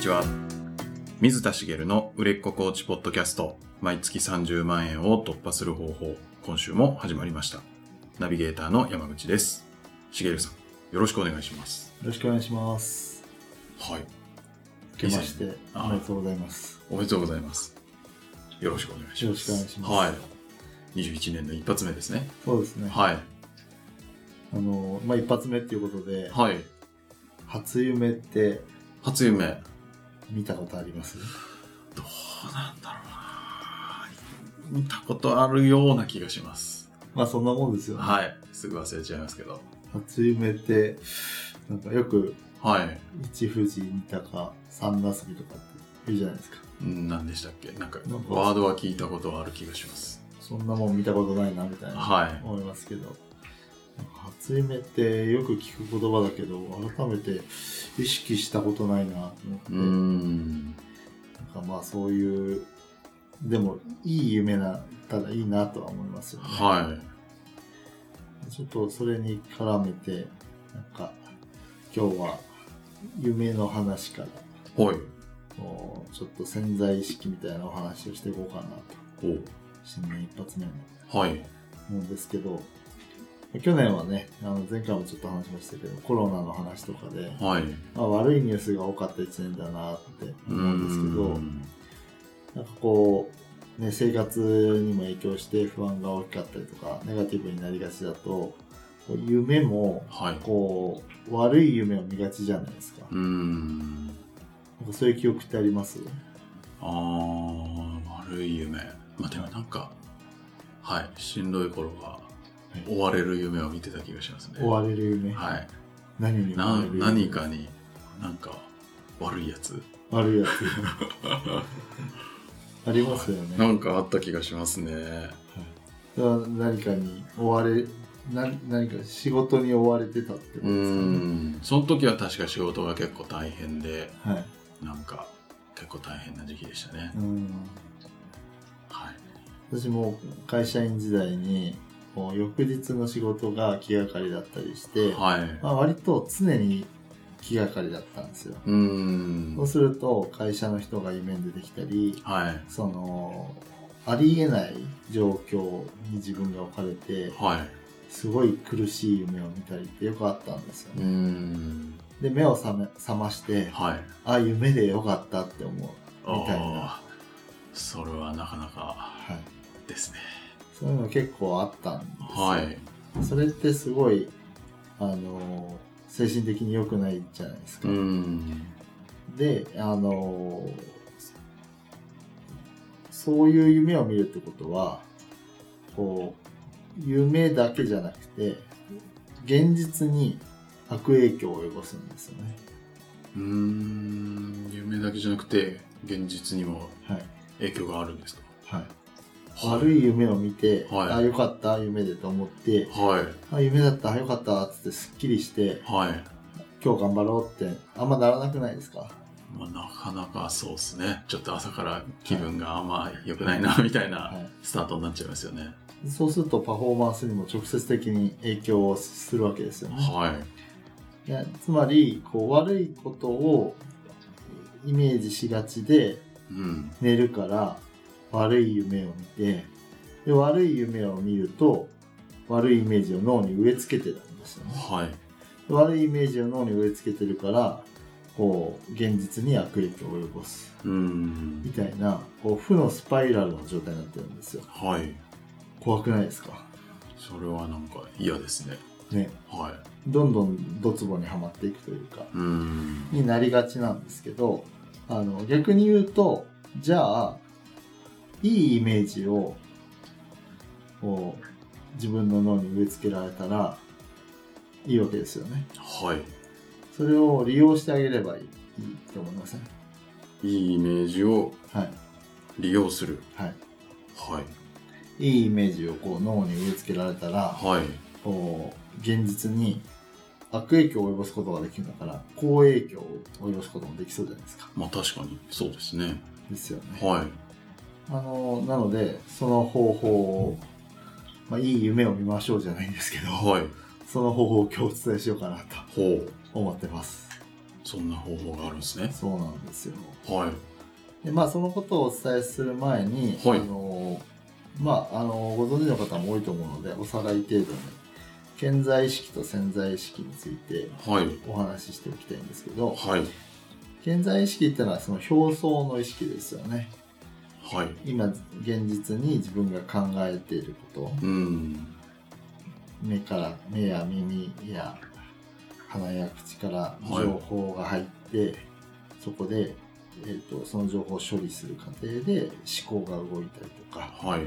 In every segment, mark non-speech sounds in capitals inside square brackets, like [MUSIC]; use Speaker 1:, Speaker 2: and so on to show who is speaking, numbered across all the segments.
Speaker 1: ちは。水田茂の売れっ子コーチポッドキャスト、毎月30万円を突破する方法、今週も始まりました。ナビゲーターの山口です。茂さん、よろしくお願いします。
Speaker 2: よろしくお願いします。
Speaker 1: はい。
Speaker 2: 明けまして、
Speaker 1: あ
Speaker 2: おめでとうございます。
Speaker 1: おめでとうございます。よろしくお願いします。
Speaker 2: よろしくお願いします
Speaker 1: はい。21年の一発目ですね。
Speaker 2: そうですね。
Speaker 1: はい。
Speaker 2: あの、まあ、一発目っていうことで、
Speaker 1: はい。
Speaker 2: 初夢って
Speaker 1: 初夢。ど
Speaker 2: 見たことあります
Speaker 1: うなんだろうな見たことあるような気がします。
Speaker 2: まあ、そんなもんですよね。
Speaker 1: はい。すぐ忘れちゃいますけど。
Speaker 2: 初夢って、なんかよく、
Speaker 1: はい。
Speaker 2: 一富士、二鷹、三なすびとかって言うじゃないですか。
Speaker 1: ん何でしたっけなんか
Speaker 2: なん、か
Speaker 1: ワードは聞いたことはある気がします。
Speaker 2: そんなもん見たことないな、みたいな、
Speaker 1: はい。
Speaker 2: 思いますけど。なんか初夢ってよく聞く言葉だけど、改めて意識したことないなと思って。
Speaker 1: うーん。
Speaker 2: なんかまあそういうでもいい夢なったらいいなとは思いますよね、
Speaker 1: は
Speaker 2: ちょっとそれに絡めてなんか今日は夢の話から
Speaker 1: い。はい。
Speaker 2: こうちょっと潜在意識みたいなお話をしていこうかなと新年一発目に
Speaker 1: おはい。
Speaker 2: 思うんですけど去年はねあの前回もちょっと話しましたけどコロナの話とかで、
Speaker 1: はい。
Speaker 2: まあ、悪いニュースが多かった1年だなって思うんですけど、
Speaker 1: うーん
Speaker 2: なんかこう、ね、生活にも影響して不安が大きかったりとか、ネガティブになりがちだと、こう夢も、
Speaker 1: はい。う
Speaker 2: こう、悪い夢を見がちじゃないですか。
Speaker 1: ーん。
Speaker 2: なんかそういう記憶ってあります
Speaker 1: あー悪い夢まあでもなんかはいしんどい頃は追われる夢を見てた気がしますね
Speaker 2: 追われる夢。
Speaker 1: はい
Speaker 2: 何に追わ
Speaker 1: な
Speaker 2: れる夢
Speaker 1: 何かになんか悪いやつ [LAUGHS]
Speaker 2: 悪いやつ。ありますよね。
Speaker 1: なんかあった気がしますね
Speaker 2: だから何かに追われ、な何か仕事に追われてたって
Speaker 1: う
Speaker 2: ことですかね。
Speaker 1: んその時は確か仕事が結構大変で
Speaker 2: はい。
Speaker 1: なんか結構大変な時期でしたね
Speaker 2: うん
Speaker 1: はい
Speaker 2: 私も会社員時代にこう翌日の仕事が気がかりだったりして、
Speaker 1: はい
Speaker 2: まあ、割と常に気がかりだったんですよ、
Speaker 1: うーん
Speaker 2: そうすると会社の人が夢に出てきたり
Speaker 1: はい
Speaker 2: そのありえない状況に自分が置かれて
Speaker 1: はい
Speaker 2: すごい苦しい夢を見たりってよくあったんですよ
Speaker 1: うー
Speaker 2: ね、
Speaker 1: ん
Speaker 2: で目を覚め覚まして
Speaker 1: はい
Speaker 2: あ夢でよかったって思う、みたいな
Speaker 1: あーそれはなかなか
Speaker 2: はい、
Speaker 1: ですね
Speaker 2: そういうの結構あったんですよ、
Speaker 1: はい。
Speaker 2: それってすごい、あの精神的に良くないじゃないですか。
Speaker 1: ん。
Speaker 2: で、あのそういう夢を見るってことは、こう、夢だけじゃなくて、現実に悪影響を及ぼすんですよね。
Speaker 1: うーん。夢だけじゃなくて、現実にも
Speaker 2: はい。
Speaker 1: 影響があるんですか
Speaker 2: はい、
Speaker 1: い。
Speaker 2: 悪い夢を見て、
Speaker 1: はい
Speaker 2: あ、よかった、夢でと思って、
Speaker 1: はい。
Speaker 2: あ、夢だった、あよかった、つってすっきりして、
Speaker 1: はい。
Speaker 2: 今日頑張ろうって、あんまならなくないですか
Speaker 1: まあ、なかなかそうですね。ちょっと朝から気分があんま良くないな、みたい
Speaker 2: は。
Speaker 1: ないスタートになっちゃいますよね。
Speaker 2: そうするとパフォーマンスにも直接的に影響をするわけですよね。
Speaker 1: はい。
Speaker 2: いやつまりこう悪いことをイメージしがちで
Speaker 1: うん。
Speaker 2: 寝るから悪い夢を見てで悪い夢を見ると悪いイメージを脳に植え付けてるんですよね。
Speaker 1: はい。
Speaker 2: で悪いイメージを脳に植え付けてるからこう現実に悪影響を及ぼす
Speaker 1: うー
Speaker 2: み
Speaker 1: ん。
Speaker 2: たいなこう負のスパイラルの状態になってるんですよ。
Speaker 1: はい。
Speaker 2: 怖くないですか
Speaker 1: それはなんか嫌ですね。
Speaker 2: ね。
Speaker 1: はい。
Speaker 2: どんどんドツボにはまっていくというか
Speaker 1: うーん。
Speaker 2: になりがちなんですけどあの逆に言うとじゃあいいイメージをこう自分の脳に植え付けられたらいいわけですよね
Speaker 1: はい。
Speaker 2: それを利用してあげればいいと思いません
Speaker 1: いいイメージを
Speaker 2: はい
Speaker 1: 利用する。
Speaker 2: はい
Speaker 1: はい。
Speaker 2: いいイメージをこう脳に植え付けられたら
Speaker 1: はい。
Speaker 2: こう現実に悪影響を及ぼすことができるんだから好影響を及ぼすこともできそうじゃないですか
Speaker 1: まあ確かにそうですね。
Speaker 2: ですよね
Speaker 1: はい。
Speaker 2: あのなのでその方法を、まあ、いい夢を見ましょうじゃないんですけど [LAUGHS]
Speaker 1: はい。
Speaker 2: その方法を今日お伝えしようかなと
Speaker 1: ほう。
Speaker 2: 思ってます
Speaker 1: そんな方法があるんですね。
Speaker 2: そうなんですよ
Speaker 1: は
Speaker 2: でまあそのことをお伝えする前に、
Speaker 1: はい
Speaker 2: あのまああのご存知の方も多いと思うのでおさらい程度に健在意識と潜在意識について
Speaker 1: い。はい。
Speaker 2: お話ししておきたいんですけど
Speaker 1: はい。
Speaker 2: 健在意識ってのはその表層の意識ですよね
Speaker 1: はい。
Speaker 2: 今現実に自分が考えているこ
Speaker 1: う
Speaker 2: と
Speaker 1: ん。
Speaker 2: 目から目や耳や鼻や口から情報が入って、そこで、えー、とその情報を処理する過程で思考が動いたりとか
Speaker 1: はい。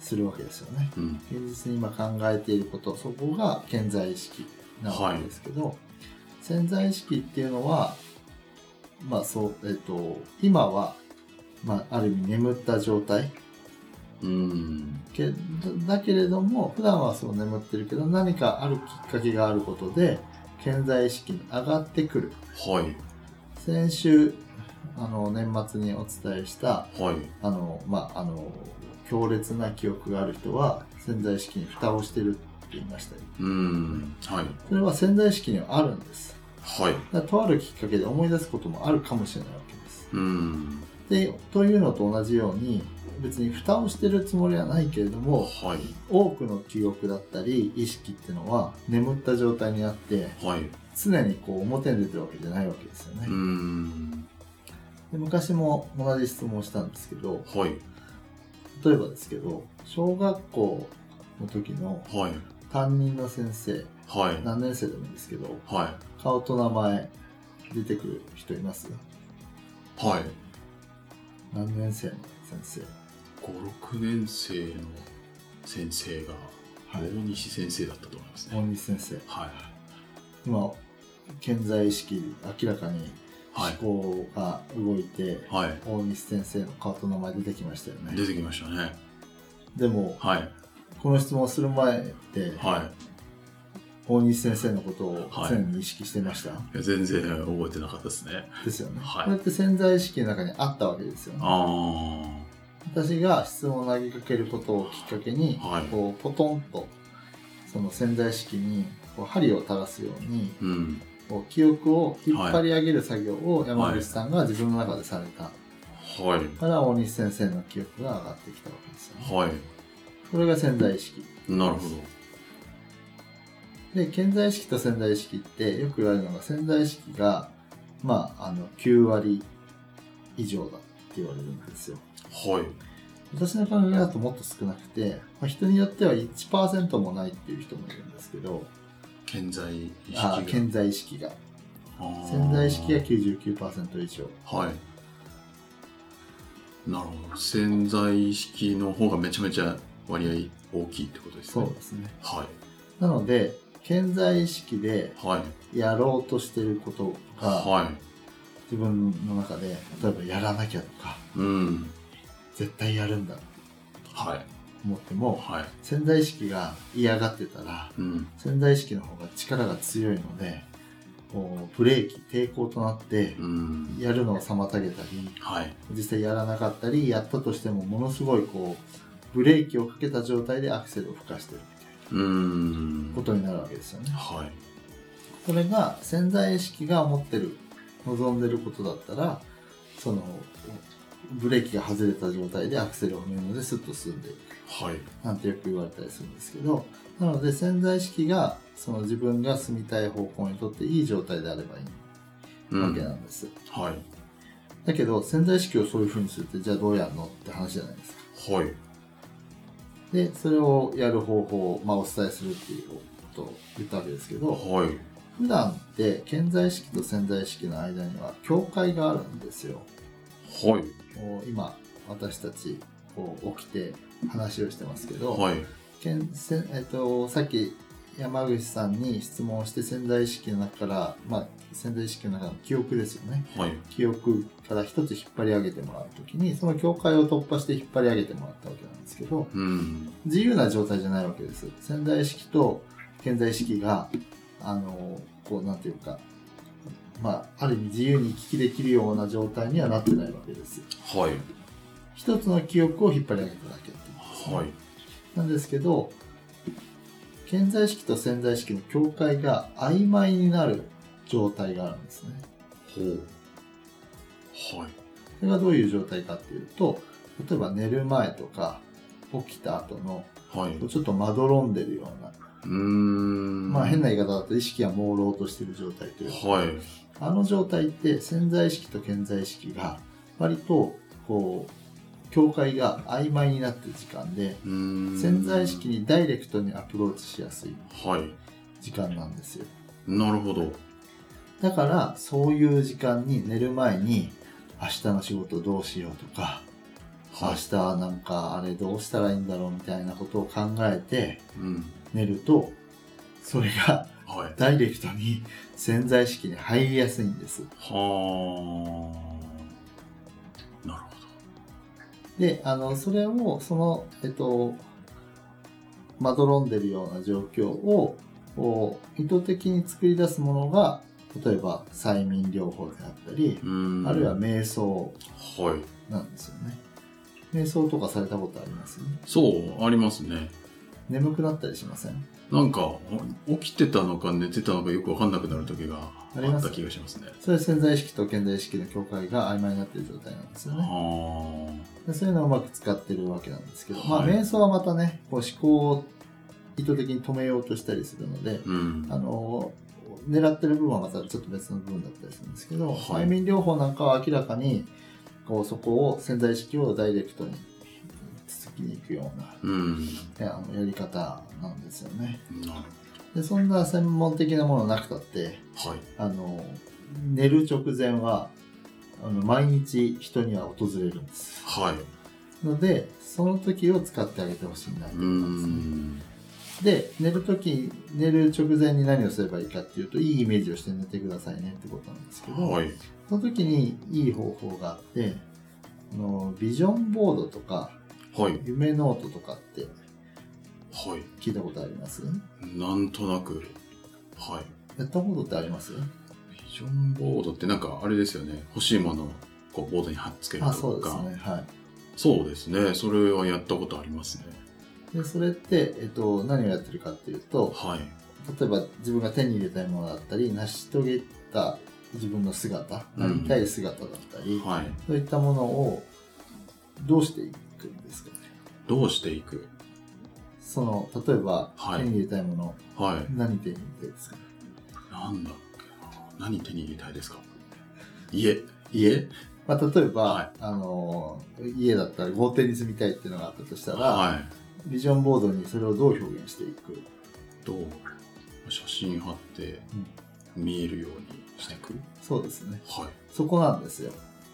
Speaker 2: するわけですよね
Speaker 1: うん。
Speaker 2: 現実に今考えていることそこが潜在意識なわけですけど、潜在意識っていうのはまあそうえっ、と今は、まあ、ある意味眠った状態
Speaker 1: うん。
Speaker 2: けだけれども普段はそう眠ってるけど何かあるきっかけがあることで潜在意識に上がってくる
Speaker 1: はい。
Speaker 2: 先週あの年末にお伝えした
Speaker 1: はい。
Speaker 2: あのまああの強烈な記憶がある人は潜在意識に蓋をしてるって言いましたよ
Speaker 1: うん。はい。
Speaker 2: それは潜在意識にはあるんです
Speaker 1: はい。
Speaker 2: だからとあるきっかけで思い出すこともあるかもしれないわけです
Speaker 1: うん。
Speaker 2: でというのと同じように別に蓋をしてるつもりはないけれども
Speaker 1: はい。
Speaker 2: 多くの記憶だったり意識っていうのは眠った状態にあって
Speaker 1: はい。
Speaker 2: 常にこう表に出てるわけじゃないわけですよね、
Speaker 1: うん。
Speaker 2: で昔も同じ質問をしたんですけど
Speaker 1: はい。
Speaker 2: 例えばですけど小学校の時の
Speaker 1: はい。
Speaker 2: 担任の先生
Speaker 1: はい。
Speaker 2: 何年生でもいいんですけど
Speaker 1: はい。
Speaker 2: 顔と名前出てくる人います
Speaker 1: はい。
Speaker 2: 何年生の先
Speaker 1: 5、6年生の先生が
Speaker 2: 生
Speaker 1: 大
Speaker 2: はい
Speaker 1: 西先生だったと思います
Speaker 2: 大
Speaker 1: ね。
Speaker 2: 西先生
Speaker 1: はい。
Speaker 2: 今健在意識明らかに
Speaker 1: はい。
Speaker 2: 思考が動いて、
Speaker 1: は
Speaker 2: 大西先生の顔と名前出てきましたよ
Speaker 1: い。
Speaker 2: ね
Speaker 1: 出てきましたね。
Speaker 2: でも
Speaker 1: はい。
Speaker 2: この質問する前って
Speaker 1: は
Speaker 2: 大西先生のことを
Speaker 1: はい
Speaker 2: 常に意識してました、
Speaker 1: い。全然覚えてなかったですね。
Speaker 2: ですよね、
Speaker 1: はい
Speaker 2: これって潜在意識の中にあったわけですよね
Speaker 1: あ
Speaker 2: 私が質問を投げかけることをきっかけに、
Speaker 1: はい
Speaker 2: こうポトンとその潜在意識にこう針を垂らすように
Speaker 1: ー。うん。
Speaker 2: こう記憶を引っ張り上げる作業を山口さんが自分の中でされた
Speaker 1: はい。
Speaker 2: から大西先生の記憶が上がってきたわけですよね
Speaker 1: はい。
Speaker 2: これが潜在意識
Speaker 1: なるほど。
Speaker 2: で潜在意識と潜在意識ってよく言われるのが潜在意識がまああの9割以上だって言われるんですよ
Speaker 1: はい。
Speaker 2: 私の考えだともっと少なくて、まあ、人によっては1%もないっていう人もいるんですけど
Speaker 1: 健在意識
Speaker 2: あ
Speaker 1: が。
Speaker 2: 潜在意識が
Speaker 1: あー
Speaker 2: 潜在意識が99%以上
Speaker 1: はい。なるほど。潜在意識の方がめちゃめちゃ割合大きいってことです
Speaker 2: そ
Speaker 1: ね。
Speaker 2: うですね
Speaker 1: はい。
Speaker 2: なので潜在意識で
Speaker 1: はい。
Speaker 2: やろうとしてることが
Speaker 1: は
Speaker 2: 自分の中で例えばやらなきゃとか
Speaker 1: い。うん。
Speaker 2: 絶対やるんだと
Speaker 1: はい。
Speaker 2: 思っても
Speaker 1: はい。
Speaker 2: 潜在意識が嫌がってたら
Speaker 1: うん。
Speaker 2: 潜在意識の方が力が強いのでこうブレーキ抵抗となって
Speaker 1: うん。
Speaker 2: やるのを妨げたり
Speaker 1: はい。
Speaker 2: 実際やらなかったりやったとしてもものすごいこうブレーキをかけた状態でアクセルを吹かしてるみたい
Speaker 1: うん
Speaker 2: な。ことになるわけですよね。
Speaker 1: はい。
Speaker 2: これが潜在意識が持ってる望んでることだったらそのブレーキが外れた状態でアクセルを踏めるのですっと進んでいく
Speaker 1: はい。
Speaker 2: なんてよく言われたりするんですけどなので潜在意識がその自分が住みたい方向にとっていい状態であればいいわけなんです、
Speaker 1: はい。
Speaker 2: だけど潜在意識をそういう風にするってじゃあどうやるのって話じゃないですか
Speaker 1: はい。
Speaker 2: でそれをやる方法を、まあ、お伝えするっていうことを言ったわけですけど
Speaker 1: はい。
Speaker 2: 普段って潜在意識と潜在意識の間には境界があるんですよ
Speaker 1: はい。
Speaker 2: こう今私たちこう起きて話をしてますけど、
Speaker 1: はい。
Speaker 2: けんせんえっと、さっき山口さんに質問して潜在意識の中から、まあ、潜在意識の中の記憶ですよね
Speaker 1: はい。
Speaker 2: 記憶から一つ引っ張り上げてもらうときにその境界を突破して引っ張り上げてもらったわけなんですけど
Speaker 1: うん。
Speaker 2: 自由な状態じゃないわけです潜在意識と潜在意識があのこうなんていうかまあ、ある意味自由に行き来できるような状態にはなってないわけです
Speaker 1: はい。
Speaker 2: 一つの記憶を引っ張り上げただけってことですね
Speaker 1: はい。
Speaker 2: なんですけど潜在意識と潜在意識の境界が曖昧になる状態があるんですね
Speaker 1: ほう。はい。
Speaker 2: それがどういう状態かっていうと例えば寝る前とか起きた後の
Speaker 1: はい。う
Speaker 2: ちょっとまどろんでるような、
Speaker 1: ーん。
Speaker 2: まあ変な
Speaker 1: は
Speaker 2: 言い方だと意識が朦朧としてる状態というか
Speaker 1: い。
Speaker 2: あの状態って潜在意識と健在意識が割とこう境界が曖昧になってる時間で
Speaker 1: うーん。
Speaker 2: 潜在意識。にダイレクトにアプローチしやすい
Speaker 1: はい。
Speaker 2: 時間なんですよ
Speaker 1: なるほど。
Speaker 2: だからそういう時間に寝る前に明日の仕事どうしようとか明
Speaker 1: は
Speaker 2: 日なんかあれどうしたらいいんだろうみたいなことを考えて
Speaker 1: い。うん。
Speaker 2: 寝るとそれが [LAUGHS]
Speaker 1: はい。
Speaker 2: ダイレクトに潜在意識に入りやすいんです
Speaker 1: はあ。なる
Speaker 2: であのそれをそのえっとまどろんでるような状況をこう意図的に作り出すものが例えば催眠療法であったり
Speaker 1: ほど。うーん。
Speaker 2: あるいは瞑想
Speaker 1: はい。
Speaker 2: なんですよね瞑想とかされたことあります
Speaker 1: そう、ありますね。
Speaker 2: 眠くなったりしません
Speaker 1: なんか、お起きてたのか寝てたのかよくわかんなくなる時が
Speaker 2: あり
Speaker 1: あ
Speaker 2: ま
Speaker 1: っ
Speaker 2: す
Speaker 1: た気がしますね。
Speaker 2: それは潜在意識と現在意識の境界が曖昧になっている状態なんですよね
Speaker 1: は
Speaker 2: でそういうのをうまく使ってるわけなんですけど、
Speaker 1: はい
Speaker 2: まあ瞑想はまたねこう思考を意図的に止めようとしたりするので
Speaker 1: あ。うん。
Speaker 2: あの狙ってる部分はまたちょっと別の部分だったりするんですけど、
Speaker 1: はい
Speaker 2: 催眠療法なんかは明らかにこうそこを潜在意識をダイレクトに続きにいくような、
Speaker 1: うん。
Speaker 2: ねあのやり方なんですよね
Speaker 1: なる
Speaker 2: でそんな専門的なものなくたって
Speaker 1: ほど。はい。
Speaker 2: あの寝る直前はあの毎日人には訪れるんです
Speaker 1: はい。
Speaker 2: のでその時を使ってあげてほしいなと
Speaker 1: う
Speaker 2: 思
Speaker 1: ー
Speaker 2: いますね
Speaker 1: ん。
Speaker 2: で寝る時寝る直前に何をすればいいかっていうといいイメージをして寝てくださいねってことなんですけど、
Speaker 1: はい。
Speaker 2: その時にいい方法があってあのビジョンボードとか
Speaker 1: はい。
Speaker 2: 夢ノートとかって
Speaker 1: はい。
Speaker 2: 聞いたことあります
Speaker 1: なんとなく。はい。
Speaker 2: やったことってあります
Speaker 1: ビジョンボードってなんかあれですよね。欲しいものをこうボードに貼っつけると
Speaker 2: あ
Speaker 1: か。
Speaker 2: そうですねはい
Speaker 1: そうですね。それはやったことありますね。
Speaker 2: でそれって、えっと、何をやってるかっていうと
Speaker 1: はい。
Speaker 2: 例えば自分が手に入れたいものだったり成し遂げた自分の姿
Speaker 1: う
Speaker 2: なんりたい姿だったり、
Speaker 1: はい。
Speaker 2: そういったものをどうしていくんですかね
Speaker 1: どうしていく
Speaker 2: その例えば、
Speaker 1: はい
Speaker 2: 手に入れたいもの
Speaker 1: はい。
Speaker 2: 何手に入れたいですか
Speaker 1: なんだっけな。何手に入れたいですか家。家
Speaker 2: まあ、例えば、
Speaker 1: はい
Speaker 2: あの家だったら豪邸に住みたいっていうのがあったとしたら、
Speaker 1: はい。
Speaker 2: ビジョンボードにそれをどう表現していく
Speaker 1: どう写真貼って見えるようにしていく。
Speaker 2: そうですね
Speaker 1: は
Speaker 2: そこなんですよ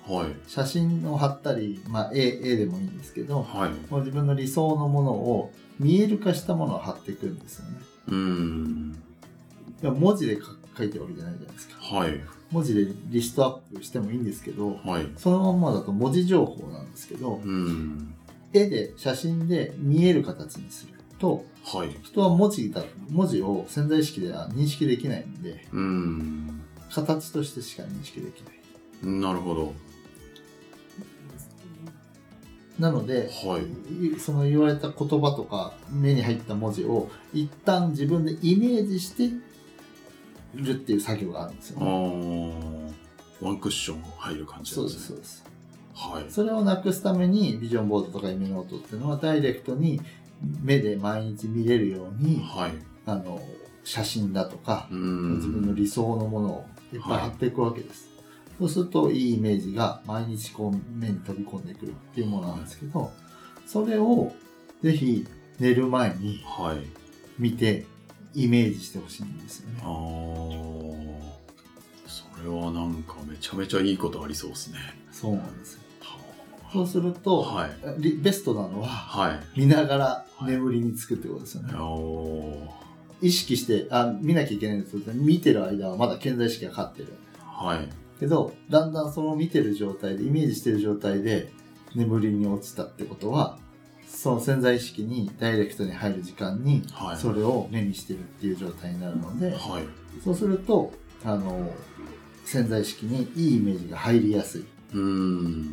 Speaker 1: い。はい。
Speaker 2: 写真を貼ったり、まあ、絵絵でもいいんですけど
Speaker 1: はい。
Speaker 2: もう自分の理想のものを見える化したものを貼っていくんですよね
Speaker 1: うーん。
Speaker 2: でも文字で書書いてるわけじゃないじゃないですか
Speaker 1: はい。
Speaker 2: 文字でリストアップしてもいいんですけど
Speaker 1: はい。
Speaker 2: そのまんまだと文字情報なんですけど
Speaker 1: うーん。
Speaker 2: 絵で写真で見える形にすると
Speaker 1: はい。う
Speaker 2: 人は文字だ文字を潜在意識では認識できないんで
Speaker 1: ーん。
Speaker 2: 形としてしか認識できない
Speaker 1: なるほど。
Speaker 2: なので、
Speaker 1: はい。
Speaker 2: いその言われた言葉とか目に入った文字を一旦自分でイメージしてるっていう作業があるんですよ
Speaker 1: あ
Speaker 2: ね
Speaker 1: ーワンクッション入る感じな
Speaker 2: そ
Speaker 1: ん
Speaker 2: う
Speaker 1: で
Speaker 2: です
Speaker 1: ね。
Speaker 2: すそうです
Speaker 1: はい。
Speaker 2: それをなくすためにビジョンボードとか夢ノートっていうのはダイレクトに目で毎日見れるように
Speaker 1: はい。
Speaker 2: あの写真だとか
Speaker 1: うーん。
Speaker 2: 自分の理想のものをいっぱい貼っていくわけです、そうするといいイメージが毎日こう目に飛び込んでくるっていうものなんですけどそれをぜひ寝る前に
Speaker 1: はい。
Speaker 2: 見てイメージしてほしいんですよね
Speaker 1: あーそれはなんかめちゃめちゃいいことありそうですね。
Speaker 2: そうなんですよそ
Speaker 1: は
Speaker 2: うすると、
Speaker 1: はい
Speaker 2: リベストなのは
Speaker 1: はい。
Speaker 2: 見ながら眠りにつくってことですよね、
Speaker 1: お
Speaker 2: 意識してあ見なきゃいけないんですけど見てる間はまだ健在意識が勝ってる
Speaker 1: はい。
Speaker 2: けどだんだんその見てる状態でイメージしてる状態で眠りに落ちたってことはその潜在意識にダイレクトに入る時間に
Speaker 1: はい。
Speaker 2: それを目にしてるっていう状態になるので
Speaker 1: はい。
Speaker 2: そうするとあの潜在意識にいいイメージが入りやすいう
Speaker 1: ーん。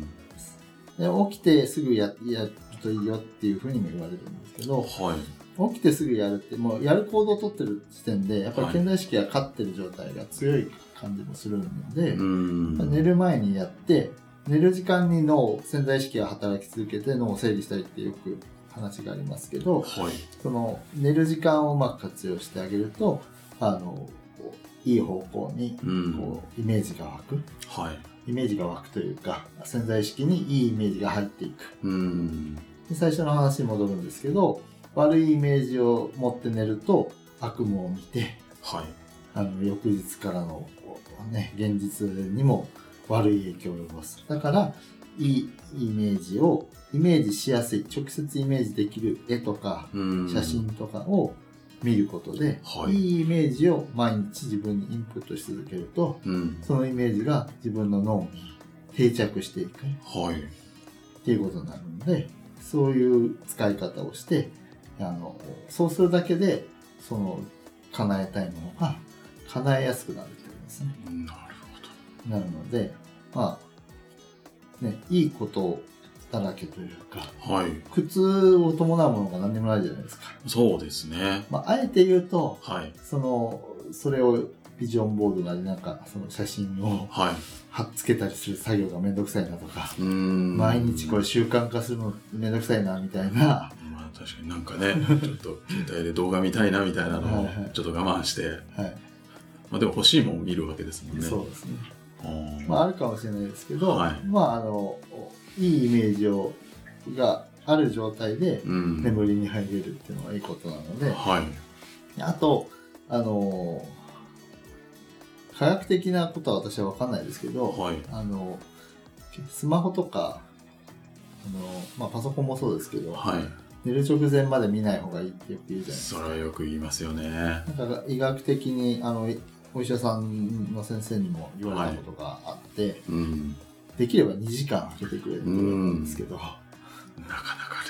Speaker 2: で起きてすぐややるといいよっていうふうにも言われるんですけど
Speaker 1: はい。
Speaker 2: 起きてすぐやるってもうやる行動を取ってる時点でやっぱり
Speaker 1: はい
Speaker 2: 潜在意識が勝ってる状態が強い感じもするので、
Speaker 1: うん
Speaker 2: 寝る前にやって寝る時間に脳潜在意識が働き続けて脳を整理したりってよく話がありますけど
Speaker 1: はい。
Speaker 2: その寝る時間をうまく活用してあげるとあのこういい方向に
Speaker 1: うん。
Speaker 2: こうイメージが湧く
Speaker 1: はい。
Speaker 2: イメージが湧くというか潜在意識にいいイメージが入っていく
Speaker 1: うん。
Speaker 2: で最初の話に戻るんですけど悪いイメージを持って寝ると悪夢を見て [LAUGHS]
Speaker 1: はい。
Speaker 2: あの翌日からの、こうね、現実にも悪い影響を及ぼすだからいいイメージをイメージしやすい直接イメージできる絵とか
Speaker 1: うん。
Speaker 2: 写真。とかを見ることで、
Speaker 1: はい
Speaker 2: い、いイメージを毎日自分にインプットし続けると
Speaker 1: うん。
Speaker 2: そのイメージが自分の脳に定着していく
Speaker 1: はい。
Speaker 2: っていうことになるのでそういう使い方をしてあのそうするだけでその叶えたいものが叶えやすくなるってことですね
Speaker 1: なる
Speaker 2: なるのでまあねいいことだらけというか
Speaker 1: ほど。はい。
Speaker 2: 苦痛を伴うものが何でもないじゃないですか、
Speaker 1: そうですね。
Speaker 2: まあ、あえて言うと
Speaker 1: はい。
Speaker 2: そのそれをビジョンボードなりなんかその写真を [LAUGHS]
Speaker 1: は
Speaker 2: 貼っつけたりする作業がめんどくさいなとか
Speaker 1: い。うん。
Speaker 2: 毎日これ。習慣化するのめんどくさいなみたいな
Speaker 1: まあ確かになんかね、ちょっと携帯で動画見たいなみたいなのを
Speaker 2: はいはい
Speaker 1: ちょっと我慢して、
Speaker 2: はい、
Speaker 1: まあでも欲しいもんを見るわけですもんね。
Speaker 2: そうですね、
Speaker 1: うん。
Speaker 2: まあ、あるかもしれないですけど、
Speaker 1: はい
Speaker 2: まああのいいイメージをがある状態で
Speaker 1: うん。
Speaker 2: 眠りに入れるっていうのはいいことなので
Speaker 1: はい。
Speaker 2: あとあの科学的なことは私は分かんないですけど
Speaker 1: はい。
Speaker 2: あのスマホとかあの、まあ、パソコンもそうですけど、
Speaker 1: は
Speaker 2: 寝る直前まで見ない方がいいってよく言
Speaker 1: い。
Speaker 2: うじゃないです
Speaker 1: それはよく言いますよね。
Speaker 2: かなんか医学的にあのお医者さんの先生にも言われたことがあって、
Speaker 1: うん。
Speaker 2: できれば2時間空けてくれるというんですけど、
Speaker 1: なかなか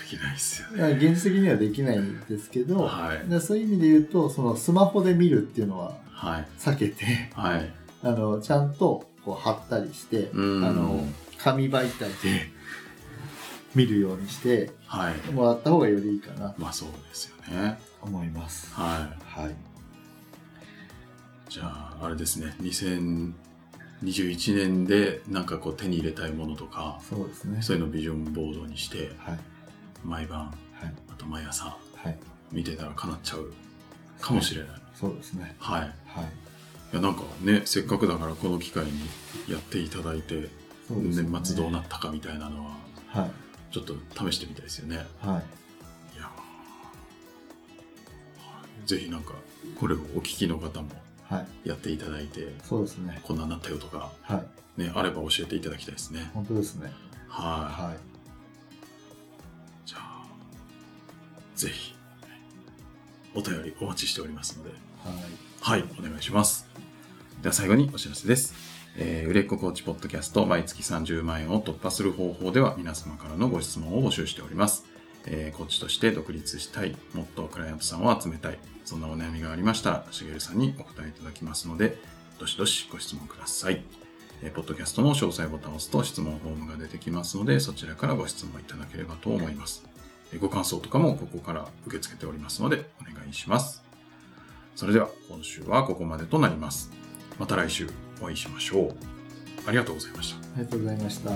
Speaker 1: できないですよね。
Speaker 2: だから現実的にはできないんですけど、
Speaker 1: はい。
Speaker 2: でそういう意味で言うとそのスマホで見るっていうのは
Speaker 1: はい。
Speaker 2: 避けて [LAUGHS]
Speaker 1: はい。
Speaker 2: あのちゃんとこう貼ったりして、
Speaker 1: うん
Speaker 2: あの紙媒体で見るようにして
Speaker 1: はい。
Speaker 2: もらった方がよりいいかなと
Speaker 1: まあそうですよね。
Speaker 2: 思います。
Speaker 1: は
Speaker 2: はい、
Speaker 1: い。じゃあ、あれですね。2021年でなんかこう手に入れたいものとか、
Speaker 2: そうですね。
Speaker 1: そういうのをビジョンボードにして、
Speaker 2: はい、
Speaker 1: 毎晩、
Speaker 2: はい、
Speaker 1: あと毎朝
Speaker 2: はい、
Speaker 1: 見てたら叶っちゃうかもしれない。
Speaker 2: そうですね。
Speaker 1: はい。い
Speaker 2: はい、
Speaker 1: や、なんかね、せっかくだからこの機会にやっていただいて、
Speaker 2: そうですね
Speaker 1: 年末どうなったかみたいなのは、
Speaker 2: はい、
Speaker 1: ちょっと試してみたいですよね。
Speaker 2: はい、
Speaker 1: いやーぜひなんかこれをお聞きの方も
Speaker 2: はい、
Speaker 1: やっていただいて
Speaker 2: そうですね。
Speaker 1: こんなんなったよとか、
Speaker 2: はい、
Speaker 1: ね、あれば教えていただきたいですね
Speaker 2: 本当ですね。
Speaker 1: は
Speaker 2: はい。
Speaker 1: いじゃあぜひお便りお待ちしておりますので
Speaker 2: はい。
Speaker 1: はいお願いしますでは最後にお知らせですえー売れっ子コーチポッドキャスト毎月30万円を突破する方法では皆様からのご質問を募集しております、えーコーチとして独立したいもっとクライアントさんを集めたいそんなお悩みがありましたらしげるさんにお答えいただきますのでどしどしご質問ください、えーポッドキャストの詳細ボタンを押すと質問フォームが出てきますのでそちらからご質問いただければと思います、えーご感想とかもここから受け付けておりますのでお願いしますそれでは今週はここまでとなりますまた来週お会いしましょう。ありがとうございました。
Speaker 2: ありがとうございました。